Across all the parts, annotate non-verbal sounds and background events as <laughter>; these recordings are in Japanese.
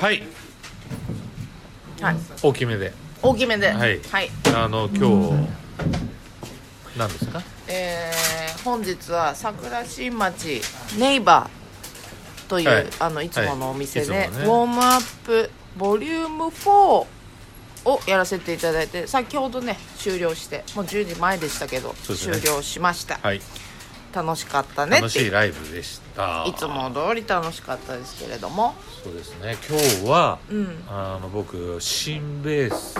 はいはい大きめで大きめでははいあの今日、何ですかえー本日は桜新町ネイバーという、はいい、あのいつものお店で、はいいつウものォねームアップボリューム4をやらせていただいて先ほどね終了してもう10時前でしたけど、そうですね終了しましたはい楽しかったね楽っしいてライブでしたいつも通り楽しかったですけれどもそうですね今日は、うんあの僕新ベース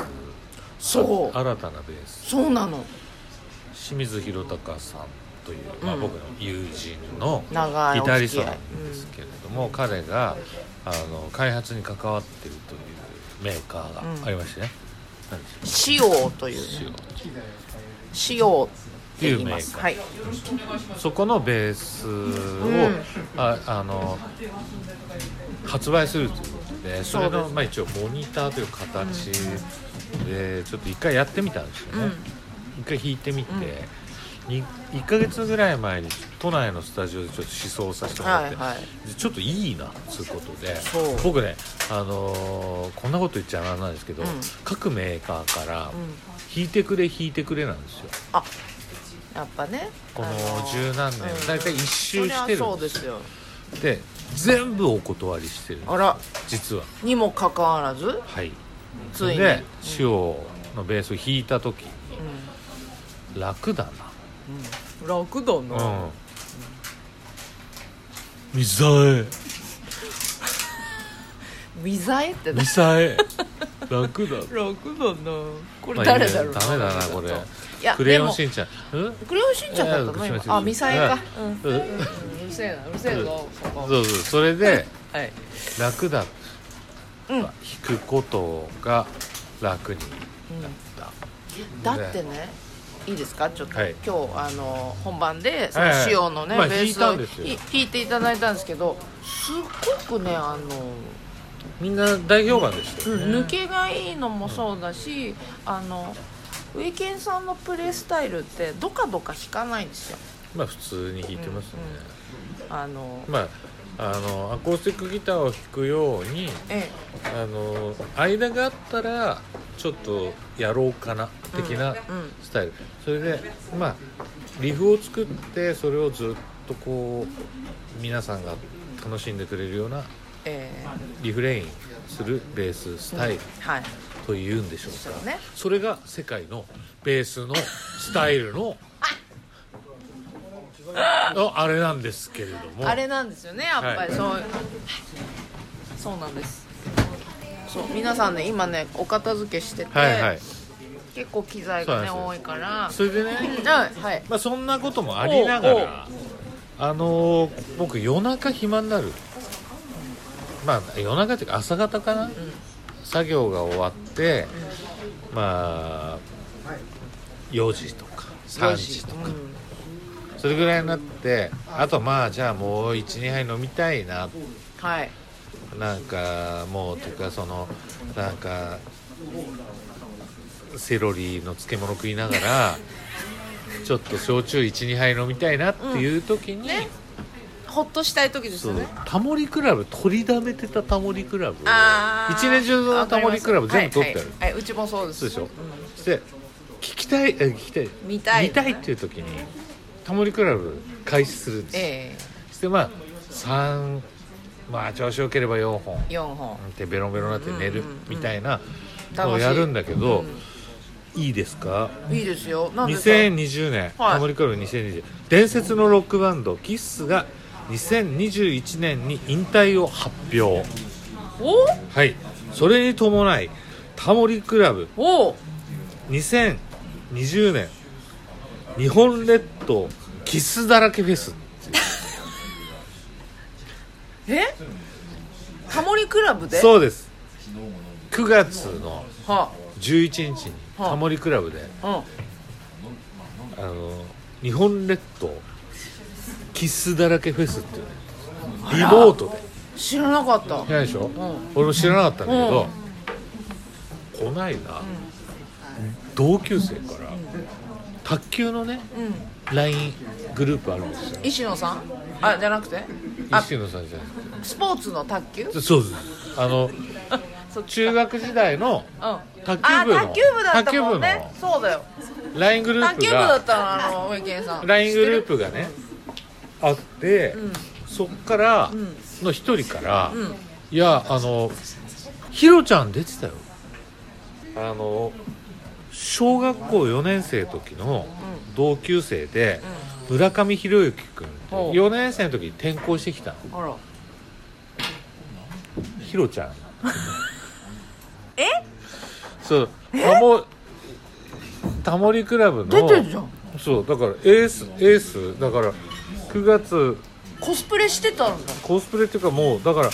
そう新たなベースそうなの清水宏隆さんという、まあ、うん僕の友人のギ長いおタ付リスきト合ないんですけれども、彼があの開発に関わっているというメーカーがありましてね、何でしょう仕様というね塩仕様って有言い名ますはいそこのベースを、んああの発売するということでそれそうでのすまあ、一応モニターという形でちょっと一回やってみたんですよね、一回弾いてみて、に1ヶ月ぐらい前に都内のスタジオでちょっと試奏させてもらはっいて、はいでちょっといいなっつうことでそう僕ね、あのーこんなこと言っちゃあれなんですけど、うん各メーカーからうん「弾いてくれ弾いてくれ」なんですよ。あやっぱねこあの十ー何年うん大体一周してそりゃるそんでうですすよで全部お断りしてるあら実はにもかかわらず、はいついにで塩のベースを弾いた時楽だうん、楽だなな、うんミサエ見ざ <laughs> えってなミサエ楽だ楽だなこまれあ誰だろうダメだなこれいやクレでヨンもしんちゃんうんクレヨンしんちゃんだったのいやす今いませんあミサエかはいうん、うん、ううんるせえなうるせえぞそこそうそうそれではい楽だうん弾くことが楽になっただってねいいですかちょっと、はい今日あの本番でそのはいはい仕様のね、まあベース弾をいたんですよい弾いていただいたんですけどすっごくねあのみんな大評判でしたよね抜けがいいのもそうだし、あのウィケンさんのプレースタイルってどかどか弾かないんですよまあ普通に弾いてますね、あの、まああのアコースティックギターを弾くようにえあの間があったらちょっとやろうかな的なえうんスタイル、それでまあリフを作ってそれをずっとこう皆さんが楽しんでくれるようなええリフレインするベーススタイルはいというんでしょうそか、うねそれが世界のベースのスタイル <laughs> ののあれなんですけれどもあれなんですよねやっぱりはいそう、そうなんですそう皆さんね今ねお片付けしてて、はいはい結構機材がねそうなん多でいからそれでうね、んはいまあ、そんなこともありながおうおうらあのー僕夜中暇になるまあ夜中っていうか朝方かな、作業が終わって、まあ4時とか3時とか、うんそれぐらいになってあとまあじゃあもう12杯飲みたいなはいなんかもうとかそのなんかセロリの漬物食いながらちょっと焼酎12杯飲みたいなっていう時に、ねほっとしたい時ですそようねタモリクラブ取りだめてたタモリクラブをあー一年中のタモリクラブ全部取ってある、はいはいはいうちもそうですそうでしょ、そして聞きたいえ聞きたい見たい見たいっていう時にタモリクラブ開始するんですよ、えそしてまあ3まあ調子よければ4本え4本ってベロンベロンになって寝るうんうんうんみたいなの楽をしいやるんだけど、いいですかいいですよなんでか2020年、はいタモリクラブ2020伝説のロックバンドキッスが2021年に引退を発表おはいそれに伴いタモリクラブお2020年日本列島キスだらけフェスえタモリクラブでそうです9月のは11日にはあタモリクラブでああの日本列島キスだらけフェスっていうねリモートでうん、知らなかった知らないでしょ、俺も知らなかったんだけど、こないだ、同級生から、卓球のねうん LINE グループあるんですよ石野さんあじゃなくてあ石野さんじゃなくてスポーツの卓球そうですあの <laughs> そっち中学時代のうんあ卓球部の卓球部だったもんね卓球そうだよ部の LINE グルー卓プ球部だがったのあの上健さん LINE グループプがねあって、うんそっからうんの一人から、うんいやあのひろちゃん出てたよあの小学校4年生の時の同級生で、村上博之君ってほう4年生の時に転校してきたのあらひろちゃんえそうタモタモリクラブの出てるじゃんそうだからエースエースだから9月コスプレしてたんだコスプレっていうかもうだから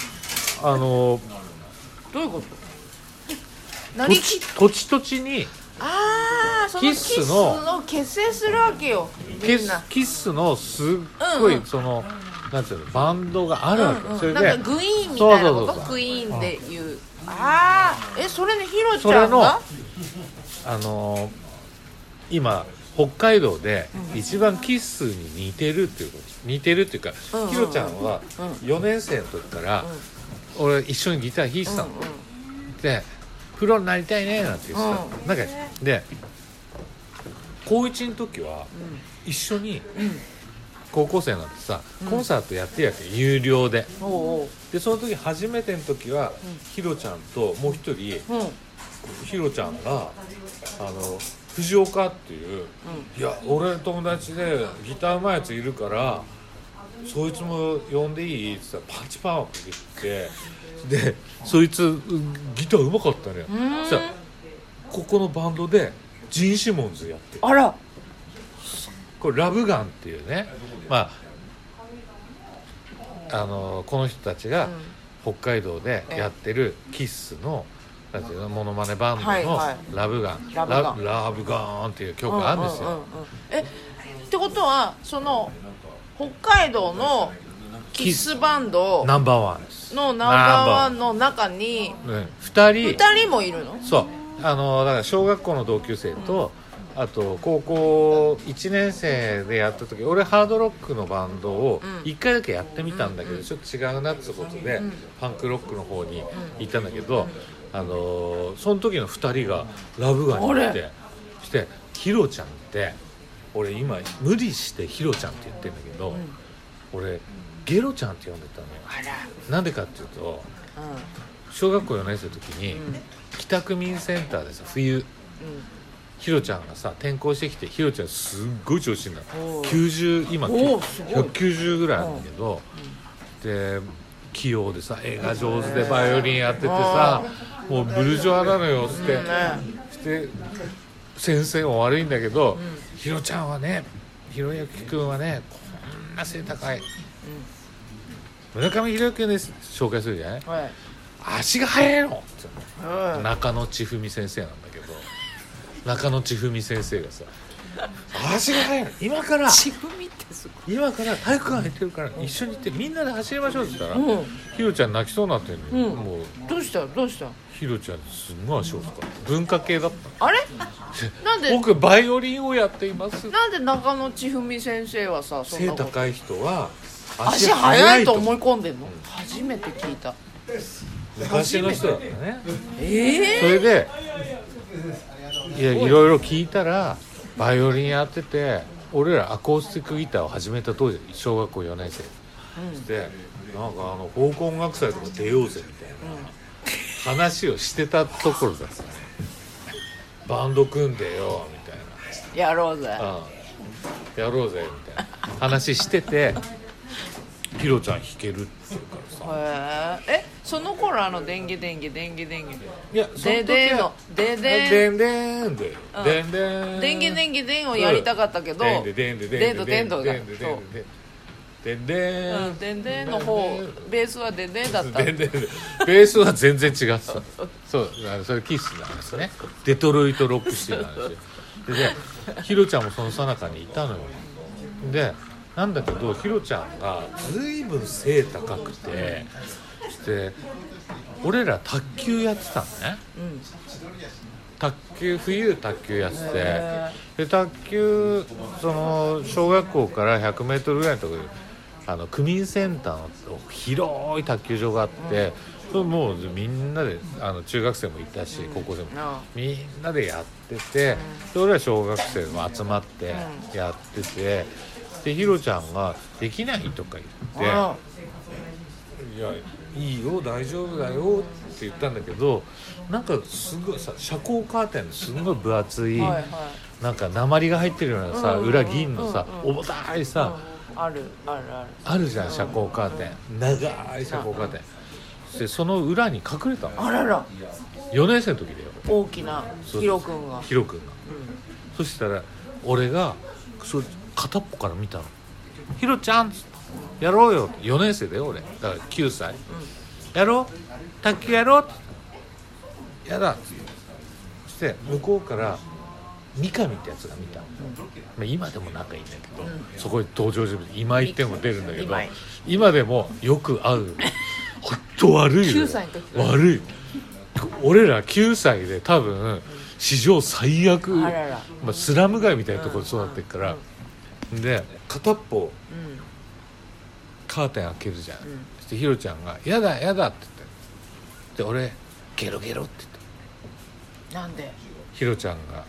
あのどういうこと土何地土地土地にああそのキキッッススのの結成するわけよみキんなスキスのすっごうんういんその、なんていうのバンドがあるわけ、うんうんそれなんでかグイーンみたいなことそうそうそうそうクイーンで言うああえそれねひろちそゃれんのがあの今北海道で一番キッスに似てるっていうこと似てるっていうか、うんうんうんひろちゃんはうん4年生の時から、俺一緒にギター弾いてたの、うでプロになりたいねなんて言ってたの、うなんかで高一の時はんうんうん一緒にん高校生なんてさ、コンサートやってるやつ有料でおうでその時初めての時は、ひろちゃんともう一人おううんうんひろちゃんがあの藤岡っていういや俺友達でギターうまいやついるからそいつも呼んでいいって言ったらパンチパンをかけてきてでそいつうんギターうまかったねーんそしたらここのバンドでジン・シモンズやってるあらこれラブガンっていうねまああのこの人たちが北海道でやってるキッスのなんていうのモノマネバンドはいはの「ラブガン」ラブガンララブガーン」っていう曲があるんですううよう。うんえってことはその北海道のキスバンドナンバーワンです。のナンバーワンの中にうん、二人2人もいるのそうあのだから小学校の同級生と、あと高校1年生でやった時俺ハードロックのバンドをうん1回だけやってみたんだけど、ちょっと違うなってことで、うんパンクロックの方に行ったんだけど、あのその時の2人がラブガンに行ってしてヒロちゃんって俺今無理してヒロちゃんって言ってんだけど、俺ゲロちゃんって呼んでたのよあらなんでかっていうとうん小学校4年生の時に、うん北区民センターでさ冬ひろちゃんがさ転校してきてひろちゃんすっごい調子いいんだおう90今おうすごい190ぐらいあるんだけど、で器用でさ絵が上手でバイオリンやっててさもうブルジョアなのよっつって、うんねして先生も悪いんだけど、ひろちゃんはねひろゆきくんはねこんな背高い、村上ひろゆきくんです紹介するじゃないはい足が速いのってうん中野千文先生なんだけど中野千文先生がさ「足が速い今から自分見てす今から体育館入ってるから一緒に行ってみんなで走りましょう」って言ったら、うんひろちゃん泣きそうになってるのよ、うんもうごいどうしたどうしたひろちゃんすんごい足遅かった文化系だったあれなんで僕バイオリンをやっていますなんで中野千文先生はさそん背なこと高い人は足速いと思い込んでんの初めて聞いた昔の人だったねええそれでいやいろいろ聞いたらバイオリンやってて俺らアコースティックギターを始めた当時小学校4年生でなんかあの高校音楽祭とか出ようぜみたいな話をしてたところだったねバンド組んでよみたいやろうぜな、うん、やろうぜみたいな話しててひろちゃん弾けるって言うからさへええその頃あの「でんげでんげでんげでんげ」いや「ででん」の「でででん」んでんでうんでんで「んでんげでんげでん」をやりたかったけどでんででんでででんんどどででんんどどがでんどそうでんでうんん「でんでん」の方ベースは「でんでん」だったでんでんベースは全然違ってたそうあのそれキスなんですねデトロイトロックシティなんですよででひろちゃんもその最中にいたのよでなんだけどひろちゃんがずいぶん背高くてで俺ら卓球やってたのねうん卓球冬卓球やっててで卓球その小学校から 100m ぐらいのところであの区民センターの広い卓球場があって、それもうみんなであの中学生もいたし、高校生もあみんなでやってて、で俺ら小学生も集まってやってて、でひろちゃんが「できない?」とか言って。あいやいいよ大丈夫だよって言ったんだけどなんかすごいさ遮光カーテンのすごい分厚い、はいはいなんか鉛が入ってるようなさ、うんうんうん裏銀のさ、うん重たいさ、うんあるあるあるあるじゃん遮光カーテン、長い遮光カーテンでその裏に隠れたのあらら4年生の時だよ大きなそうヒロ君がヒロ君が、そしたら俺がそ片っぽから見たの「ヒロちゃんやろうよ」4年生だよ俺だから9歳「やろう卓球やろう」って「やだ」ってそして向こうから三上ってやつが見たの、まあ、今でも仲いいんだけど、そこに登場人物今井っていうのも出るんだけど今井今でもよく会 <laughs> う本当悪いよ9歳の時から悪い俺ら9歳で多分史上最悪あららまあ、スラム街みたいなところで育ってるから、で片っぽうんカーテン開けるじゃん、んそしてヒロちゃんが「やだやだ」って言ってで俺「ゲロゲロ」って言ったなんでヒロちゃんが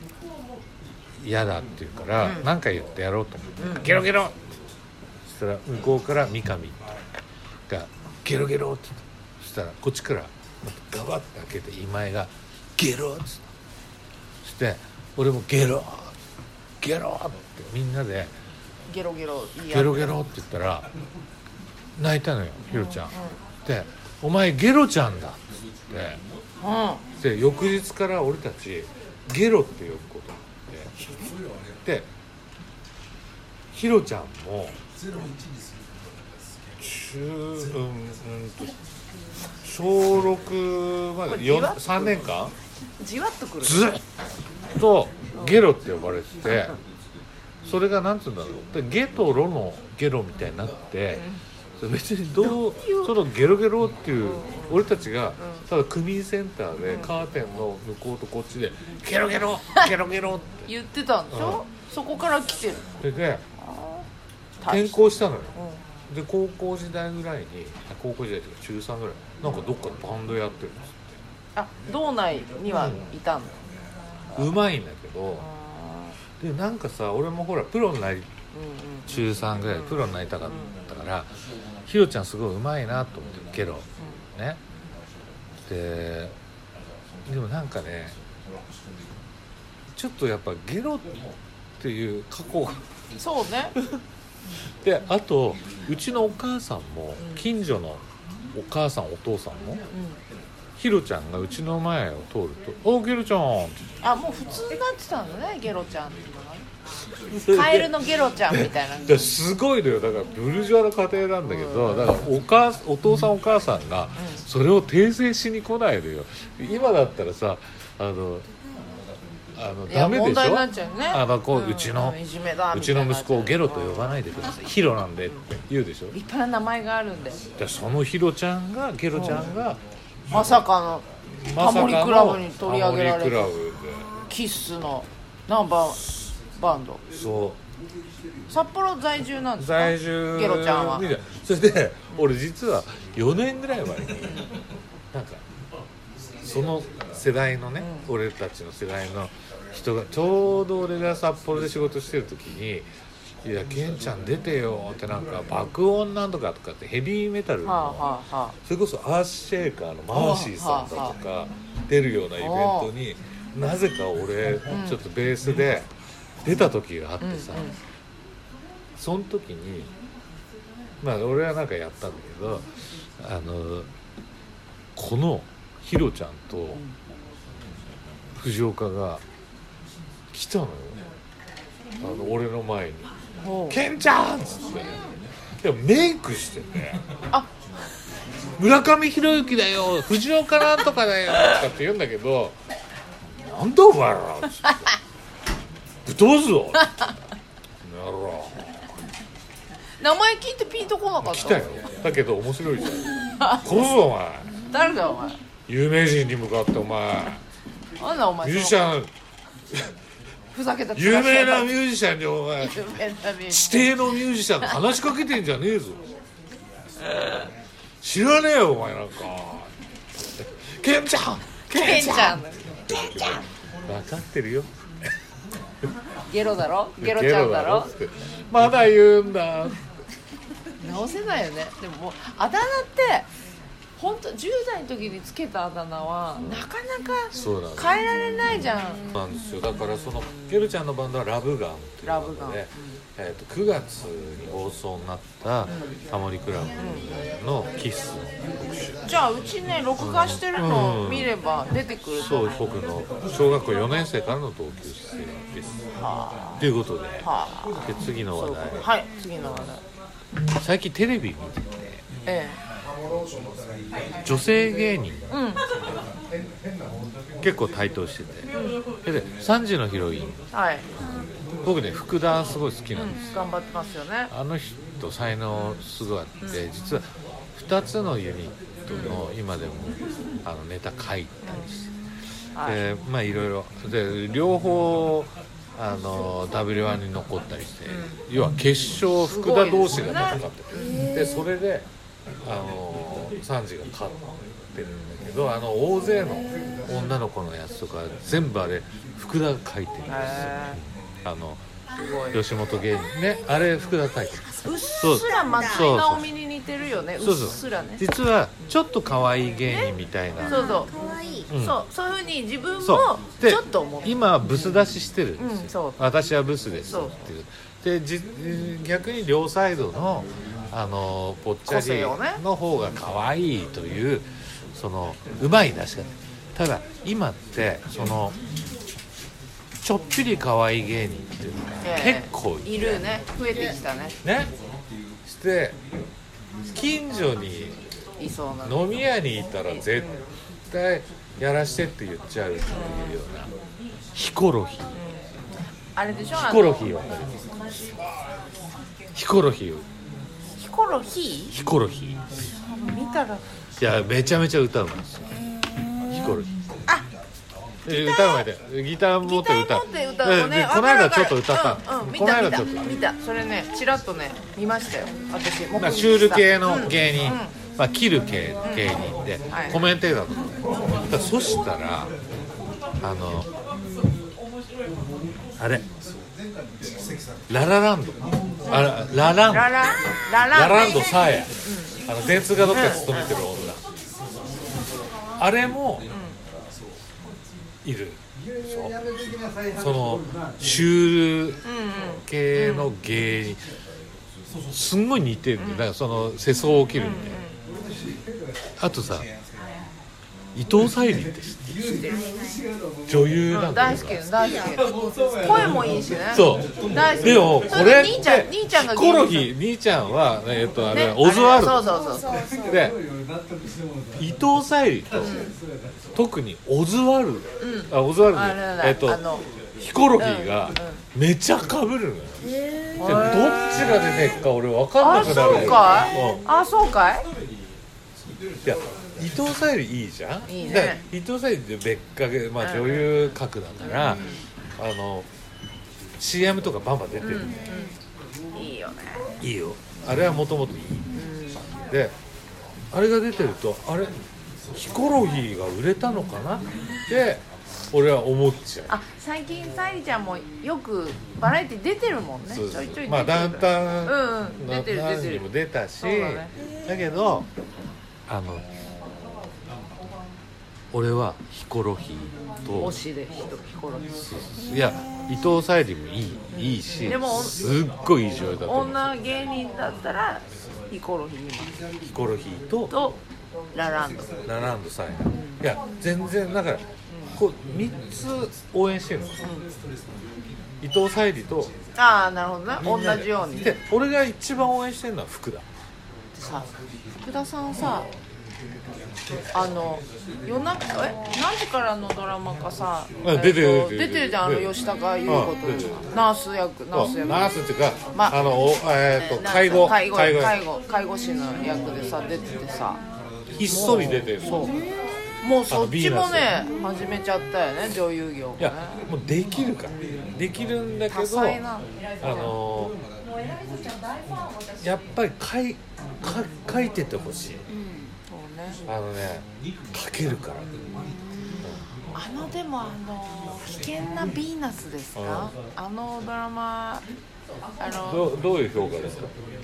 「嫌だ」って言うから何、なん、か言ってやろうと思って「ゲロゲロ!」ってそしたら向こうから三上が「ゲロゲロ!」って言ったそしたらこっちからガバッて開けて今井が「ゲロ!」っつってそして俺も「ゲロ!」ゲロってみんなでゲロゲロい「いゲやロゲロ」って言ったら泣いたのよヒロちゃん。で「お前ゲロちゃんだ」っつって。うで翌日から俺たちゲロって呼ぶことになってでヒロちゃんも中うんうんと小6までよん3年間んじわっとくるずっとゲロって呼ばれててそれがなんつうんだろうでゲとロのゲロみたいになって別にどうそのゲロゲロっていう俺たちがただ区民センターでカーテンの向こうとこっちでゲロゲロゲロゲロっ言ってたんでしょそこから来てるてで大転し校したのようんで高校時代ぐらいに高校時代というか中3ぐらいなんかどっかでバンドやってるんですあ道内にはいたんだうまいんだけどあでなんかさ俺もほらプロになりーうん中3ぐらいでプロになりたかったから、ひろちゃんすごいうまいなと思ってるけどねででもなんかねちょっとやっぱゲロっていう過去がうんそうねであとうちのお母さんも近所のお母さんお父さんもうんひろちゃんがうちの前を通ると「おゲロちゃん」ってあもう普通になってたんだねゲロちゃんっていうのがね言ってカエルのゲロちゃんみたいなですごいのよだからブルジョアの家庭なんだけどだからお母お父さんお母さんがそれを訂正しに来ないのよ今だったらさあのあのいやダメでしょ問題になっちゃうねあのこううちのんいじめだうみたちいのな息子をゲロと呼ばいないでくださいヒロなんでって言うでしょ立派な名前があるんででそのヒロちゃんがゲロちゃんがまさかのまさかのタモリクラブに取り上げらタれたモリクラブキッスのナンバーバンドでそう札幌在住なんですか在住ゲロちゃんはみたいなそれで俺実は4年ぐらい前になんかその世代のね、俺たちの世代の人がちょうど俺が札幌で仕事してる時に「いやケンちゃん出てよ」ってなんか爆音なんとかとかってヘビーメタルの、はあはあはそれこそアースシェイカーのマーシーさんだとか出るようなイベントになぜか俺ちょっとベースで出た時があってさ、うんうんその時にまあ俺はなんかやったんだけどあのこのヒロちゃんと藤岡が来たのよあの俺の前にあほ「うケンちゃん!」っつってでもメイクしてねあ村上博之だよ藤岡なんとかだよとかって言うんだけど「なんだお前ら」っつって「ぶっ飛ばすぞ」っつって「なら名前聞いてピンとこなかった来たよだけど面白いじゃん殺すぞお前誰だよお前有名人に向かってお前なんだお前ミュージそシのャンふざけた面して有名なミュージシャンにお前有名なミュージシ指定のミュージシャンが話しかけてんじゃねえぞ知らねえよお前なんかケンちゃんャンケンちゃん分かってるよゲロだろゲロちゃんゲロだだろろってまだ言うんだ直せないよねでももうあだ名って本当10代の時につけたあだ名はなかなそうなのか変えられないじゃんなんですよだからそのゲルちゃんのバンドはラブガンっていうバンラブガドンで、えー、と9月に放送になったタモリクラブのキスの特集じゃあうちね録画してるのうをん見れば出てくるとそう僕の小学校4年生からの同級生ですはということであはで次のあそう話いうこと題はい次の話題最近テレビ見ててえ女性芸人えうん結構台頭しててで3時のヒロインはい、僕ね福田すごい好きなうんですよん、頑張ってますよねあの人才能すごいあって実は2つのユニットの今でもあのネタ書いたりして、はいでまあいろいろで両方あの W1 に残ったりして、要は決勝福田同士が戦ってるで,、それであのサンジが勝ってるんだけどあの大勢の女の子のやつとか全部あれ福田が書いてるんですよ。へあのえすごい吉本芸人ねあれ福田書いてるうっすら松井直美に似てるよねうそうっそうすらね実はちょっと可愛い芸人みたいな、そうそうかわいい。うんそうそういうふうに自分もそうでちょっと思う今ブス出ししてるんですよ、うんそう私はブスですそうっていうでじ逆に両サイドのあのぽっちゃ個性をねりの方が可愛いというそのうまい出し方ただ今ってそのちょっぴり可愛い芸人っていうのがええ結構いているね増えてきたねねして近所にいそうなの飲み屋にいたら絶対やらしてって言っちゃうっていうようなヒコロヒーあれでしょあヒのコロヒーわかりますヒコロヒーヒコロヒヒコロヒーー見たらいやめちゃめちゃ歌うんですよヒコロヒーえ歌うまいでギター持ギっタてー歌持うって歌うのでねこの間ちょっと歌ったうんうん見このた見間たちょっと見たそれねちらっとね見ましたよ私目撃まあしたシュール系の芸人、うんうんまあ、切る系芸人で、はいコメンテーターとかだからそしたらあのあれララランドあラララランドララララランドサーヤ、あの電通がどっか勤めてる女、あれもいるでしょそのシュールうんうん系の芸人すんごい似てるんだよだからその世相を切るみたいなあとさ伊藤沙莉って知ってる女優なんだ大よ好き大好き声もいいしねそう大好きでもそこれって兄ちゃん兄ちゃんがヒコロヒ芸ー兄ちゃんはえっとあ人れねオズワルあドれそうそうそうで伊藤沙莉と特にオズワルドあオズワルドあれえっあとのヒコロヒーがめちゃかぶるのよでどっちが出てくか俺分かあんなくなるそうかいあそうかいいや伊藤沙莉いいじゃんいいねだから伊藤沙莉って別格、まあ、うん女優格だから、あの CM とかバンバン出てる、いいよねいいよあれはもともといい、であれが出てるとあれヒコロヒーが売れたのかなって俺は思っちゃうあ最近沙莉ちゃんもよくバラエティ出てるもんねそうちょいちょい出てるまあダウンタウンうんうんの出てる男出子てにるも出たしだ,、そうだねけどあの俺はヒコロヒーと推しで人ヒコロヒーいや伊藤沙莉もいいいいしでもすっごいいい女優だと思う女芸人だったらヒコロヒーにヒコロヒーととラランドラランド沙莉いや全然だからこう3つ応援してるの、伊藤沙莉とああなるほみんどなでね同じようにで俺が一番応援してるのは福田さ福田さんさあの夜中え何時からのドラマかさあ出てるえっと出てる出てるじゃんあ出てのる吉高優子うん出てるとナース役ナース役ナースっていうか、まあのおえー、と介護介護介護介護介護士の役でさ出ててさひっそり出てるそうもうそっちもあね始めちゃったよね女優業もいねやもうできるからできるんだけ多ど彩なあのやっぱり書いか書いててほしいそうねあのね書けるからあのでもあの危険なヴィーナスですかあのドラマあのどうどういう評価ですか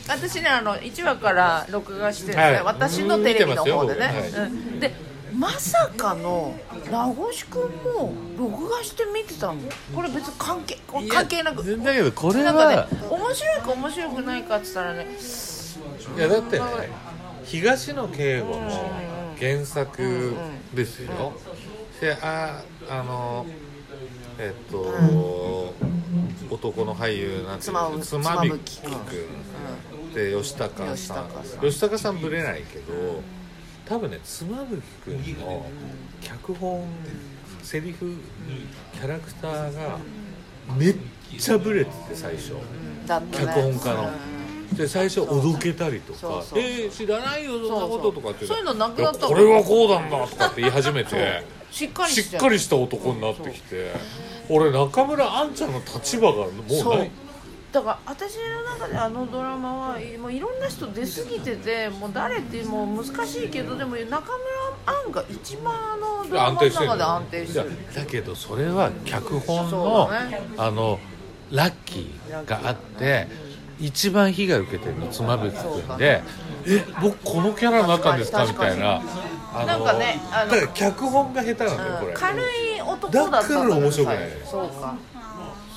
私ねあの1話から録画してるんですね、はい私のテレビの方でね、見てますよ僕うんでまさかの名越くんも録画して見てたのこれ別に関係関係なくだけどこれなんかはね面白いか面白くないかって言ったらねいやだってね東野圭吾の原作ですよでああのえっと男の俳優なんていうんですつかま妻ぶ夫木き君で吉高さん吉高さん吉高さんぶれないけど多分ね妻夫木君の脚本セリフキャラクターがめっちゃぶれてて最初。だったね脚本家のうんで最初おどけたりとそうかそ「うえー知らないよそんなこと」とかって言そうそういうのなくなったいやこれはこうなんだ」とかって言い始めてしっかりししってかりした男になってきて俺中村あんちゃんの立場がもうそなういだから私の中であのドラマはもういろんな人出過ぎててもう誰ってもう難しいけどでも中村アンが一番あのドラマの中で安定してるいやだけどそれは脚本その,、うだねあのラッキーがあって一番被害を受けてるの妻夫木君で「え僕このキャラの中ですか?」み確かたにいなあのなんかねあのだから脚本が下手なんだよこうれん、軽い男だったんだから面白くない最初そうか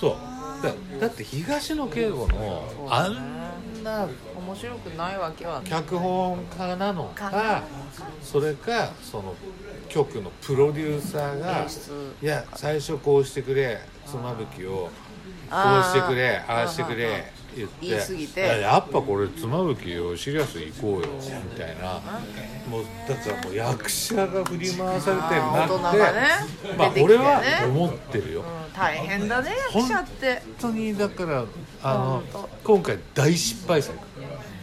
そうだだって東野圭吾のあんな面白くないわけはない脚本家なのかなかそれかその局のプロデューサーが演出「いや最初こうしてくれ妻夫木をこあーうしてくれあーああしてくあーれ」言って言い過ぎていややっぱこれ妻夫木をシリアス行こうよ」みたいなもうだからもう役者が振り回されてるなあー大人がねってまあ出てき俺てねは思ってるようん大変だねほん役者って本当にだからあの本今回大失敗作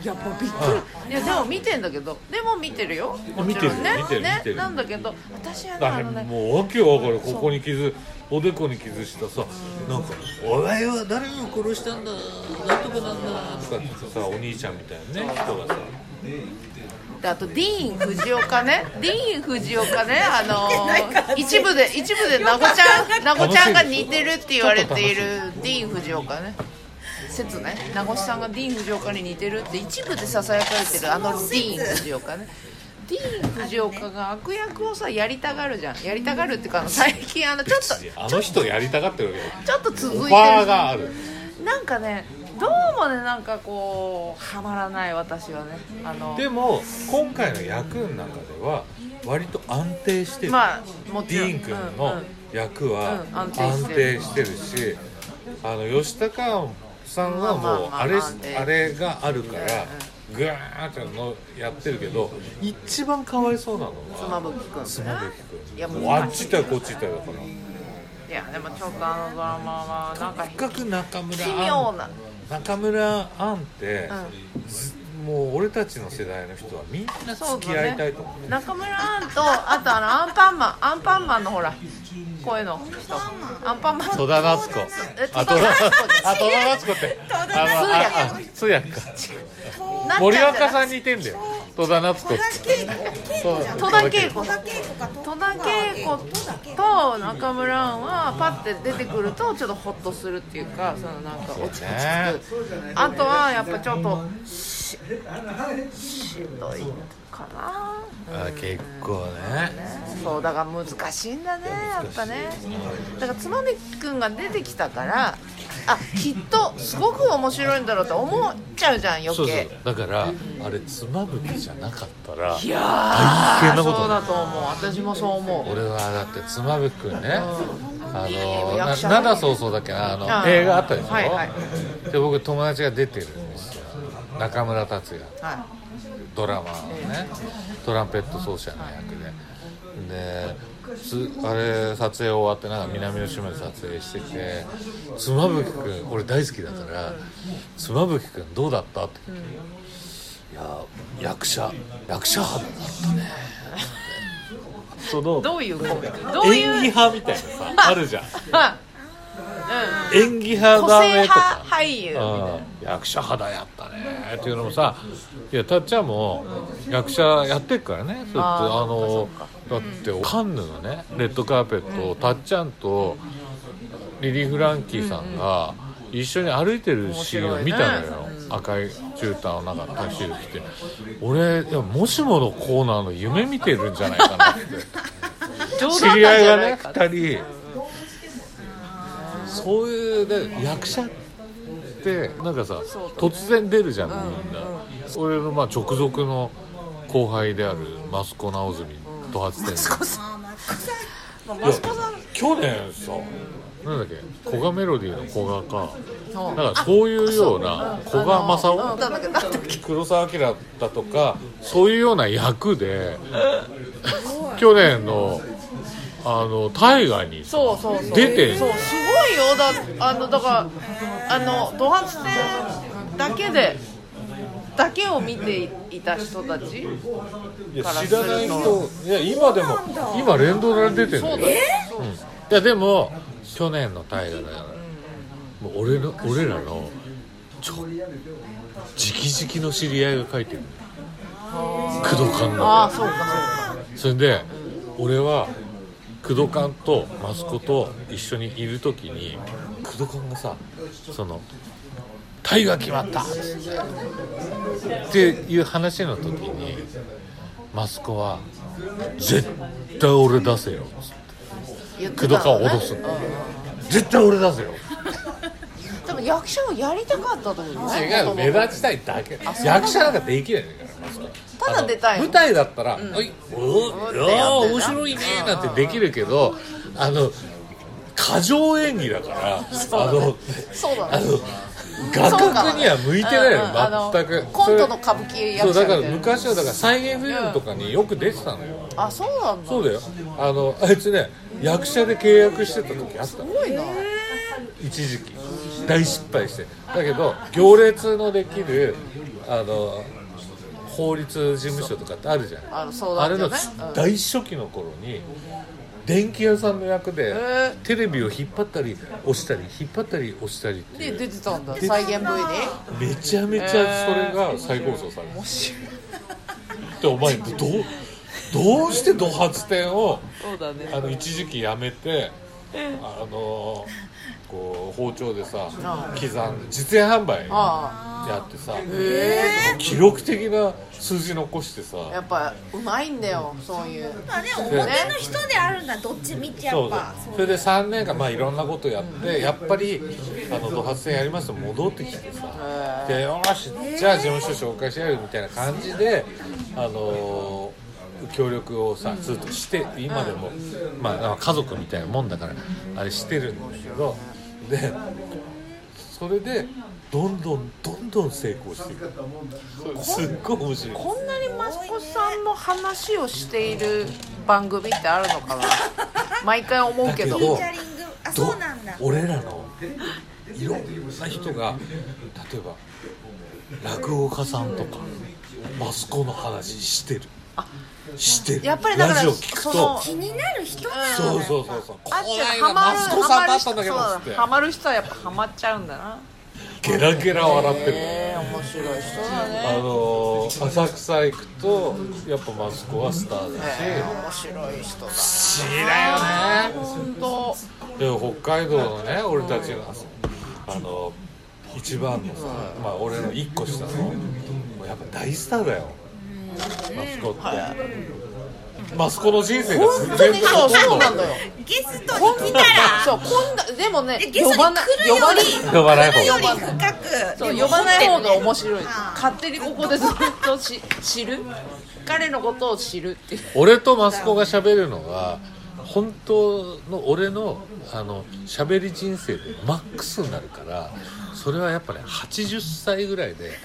いやもうびっくりいやでも見てんだけどでも見てるよあもちろんね見てる見てるね見てるなんだけど私はねだあれのねもうわけわからんここに傷おでこに傷したさなんか「お前は誰を殺したんだなんとかなんだ」とかってさお兄ちゃんみたいなね人がさであとディーン・フジオカ <laughs> ねディーン・フジオカねあのー一部で一部でなごちゃんなごちゃんが似てるって言われているディーン・フジオカね説ね名越さんがディーン・フジオカに似てるって一部でささやかれてるあのディーン・フジオカねディーン・フジオカが悪役をさやりたがるじゃんやりたがるっていうかあの最近あのちょっとあの人やりたがってるわけよちょっと続いオてフるァーがあるなんかねどうもねなんかこうはまらない私はねあのでも今回の役の中では割と安定してる、まあもちデろんィーン君うんうのん役はうん安安定定してるし、あの吉高さんはもうまあまあまああれまあ安定あれがあるからグワーってのやってるけど一番かわいそうなの妻は夫木君妻夫木いやも君うもうあっち行ったりこっち行ったりだからいやでもちょっとあのドラマはなんか深く中村奇あ妙んな中村あんって、ずもう俺たちの世代の人はみんなそう付き合だいたいねと思う中村アンとあとあのアンパンマンアンパンマンのほら声の人アンパンマン戸田夏子えあ戸戸田田夏子じゃあ戸田夏子ってあのああ通訳かなっちゃんじゃない森若さんに似てんだよ戸田夏子ってそう戸田恵子子さん戸田恵子と中村アンはパッて出てくるとちょっとホッとするっていうかそのなんか落ち着くねあとはやっぱちょっとししんどいかなあ結構ねそうだから難しいんだねやっぱねだから妻夫木君が出てきたからあきっとすごく面白いんだろうと思っちゃうじゃん余そうそう計だからあれ妻夫木じゃなかったらいやー大変なことそうだと思う私もそう思う俺はだって妻夫木君ねあの役者な灘そうそうだっけなあのあー映画あったでしょ、はいはいで僕友達が出てるんですよ中村達也はドラマのねトランペット奏者の役でですあれ撮影終わってなんか南の島で撮影してて妻夫木君俺大好きだから「妻夫木君どうだった?」って聞いて「いや役者役者派だったね」 <laughs> そのどういうコンビどう演技いう派みたいな <laughs> さあるじゃんあ演技うん派個だ性ねと派か俳優みたいなうん役者派だやったねっていうのもさいやたっちゃんも役者やってっからねそうやってあーあのそっかだってカンヌのねレッドカーペットをたっちゃんとリリー・フランキーさんが一緒に歩いてるシーンを見たのよ、赤い絨毯の中のタキシード着て俺いやもしものコーナーの夢見てるんじゃないかなって冗知談りな合んいじがゃなねいか2人そういうで役者ってなんかさ突然出るじゃんみんな俺のまあ直属の後輩である益子直澄と発展マスコさん去年さなんだっけ古賀メロディーの古賀かのだからそういうような古賀正あのなんだっけなんだっけ雄黒澤明だとかそういうような役で去年のあの大河にさそうそうそう出てんそのうすごいよだあのだからあのドハツテだけでだけを見ていた人たちいや知らない人いや今でも今連動で出てるそうのだよようんいやでも去年の大河だから、もう俺の俺らのちょ直々の知り合いが書いてる工藤館あのあそうかそれで俺は工藤館と益子と一緒にいる時に工藤館がさその「大河決まった!」っていう話の時に益子は「絶対俺出せよ」言っ工てた藤の館を脅ねすの絶対俺出せようんでも役者をやりたかったと思うね違う目立ちたいだけ役者なんかできないから益子ただ出たいの舞台だったら「おいおっーおてやってーな面白いね」なんてできるけどあの過剰演技だからあのそうだあねの画角には向いてないうんうんのあ全くコントの歌舞伎そ役うだ者からみたいな昔はだから再現フィルムとかによく出てたのよあそうなんだそうだよあのあいつね役者で契約してた時あったのすごいな一時期大失敗してだけど行列のできるあの法律事務所とかってあるじゃんあのそうあだれねの大初期の頃に電気屋さんの役でーテレビを引っ張ったり押したり引っ張ったり押したりってでいう出てたんだ再現 V にめちゃめちゃそれが再放送されましたでお前どうどうしてド発展をそうだねあの一時期やめてあのこう包丁でさ刻んで実演販売あやってさあえ記録的な数字残してさえやっぱうまいんだよそういうまあでも表の人であるんだどっちみちやそっうだぱそれで3年間まあいろんなことやってやっぱりあのド発戦やりますと戻ってきてさでよしじゃあ事務所紹介してやるみたいな感じであのー協力をさずっとして今でもまあなんか家族みたいなもんだからあれしてるんだけどでそれでどんどんどんどん成功していくそれすっごい面白いこんなにマスコさんの話をしている番組ってあるの <laughs> かな毎回思うけどだけどフィーチャリングあどそうなんだ俺らのいろんな人が例えば落語家さんとかマスコの話してるしてるやっぱりだからラジオ聞くそのと気になる人なんだそうそうそうそうこあっのちゃ間んハママるスコさんだったんだけどハマる人はハマる人はやっぱハマっちゃうんだなつってゲラゲラ笑ってる、ええ面白い人だねあのー浅草行くとやっぱマスコはスターだし、面白い人だ不思議だよね本当でも北海道のね俺たちのあの一番のさ、まあ、俺の一個下のもうやっぱ大スターだよマスコって、マスコの人生が本当にそうそうなんだよゲストこんに来たらそうこんなでもねゲストに来るより呼ばな呼ばないそれよ方り深くそうでも呼ばない方が掘面って白い勝手にここでずっとし知る彼のことを知るっていう俺とマスコが喋るのが本当の俺のあの喋り人生でマックスになるからそれはやっぱね80歳ぐらいで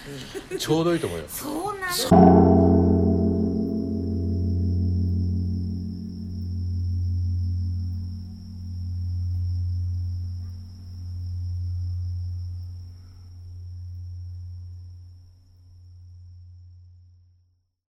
ちょうどいいと思うよるねそうなんだ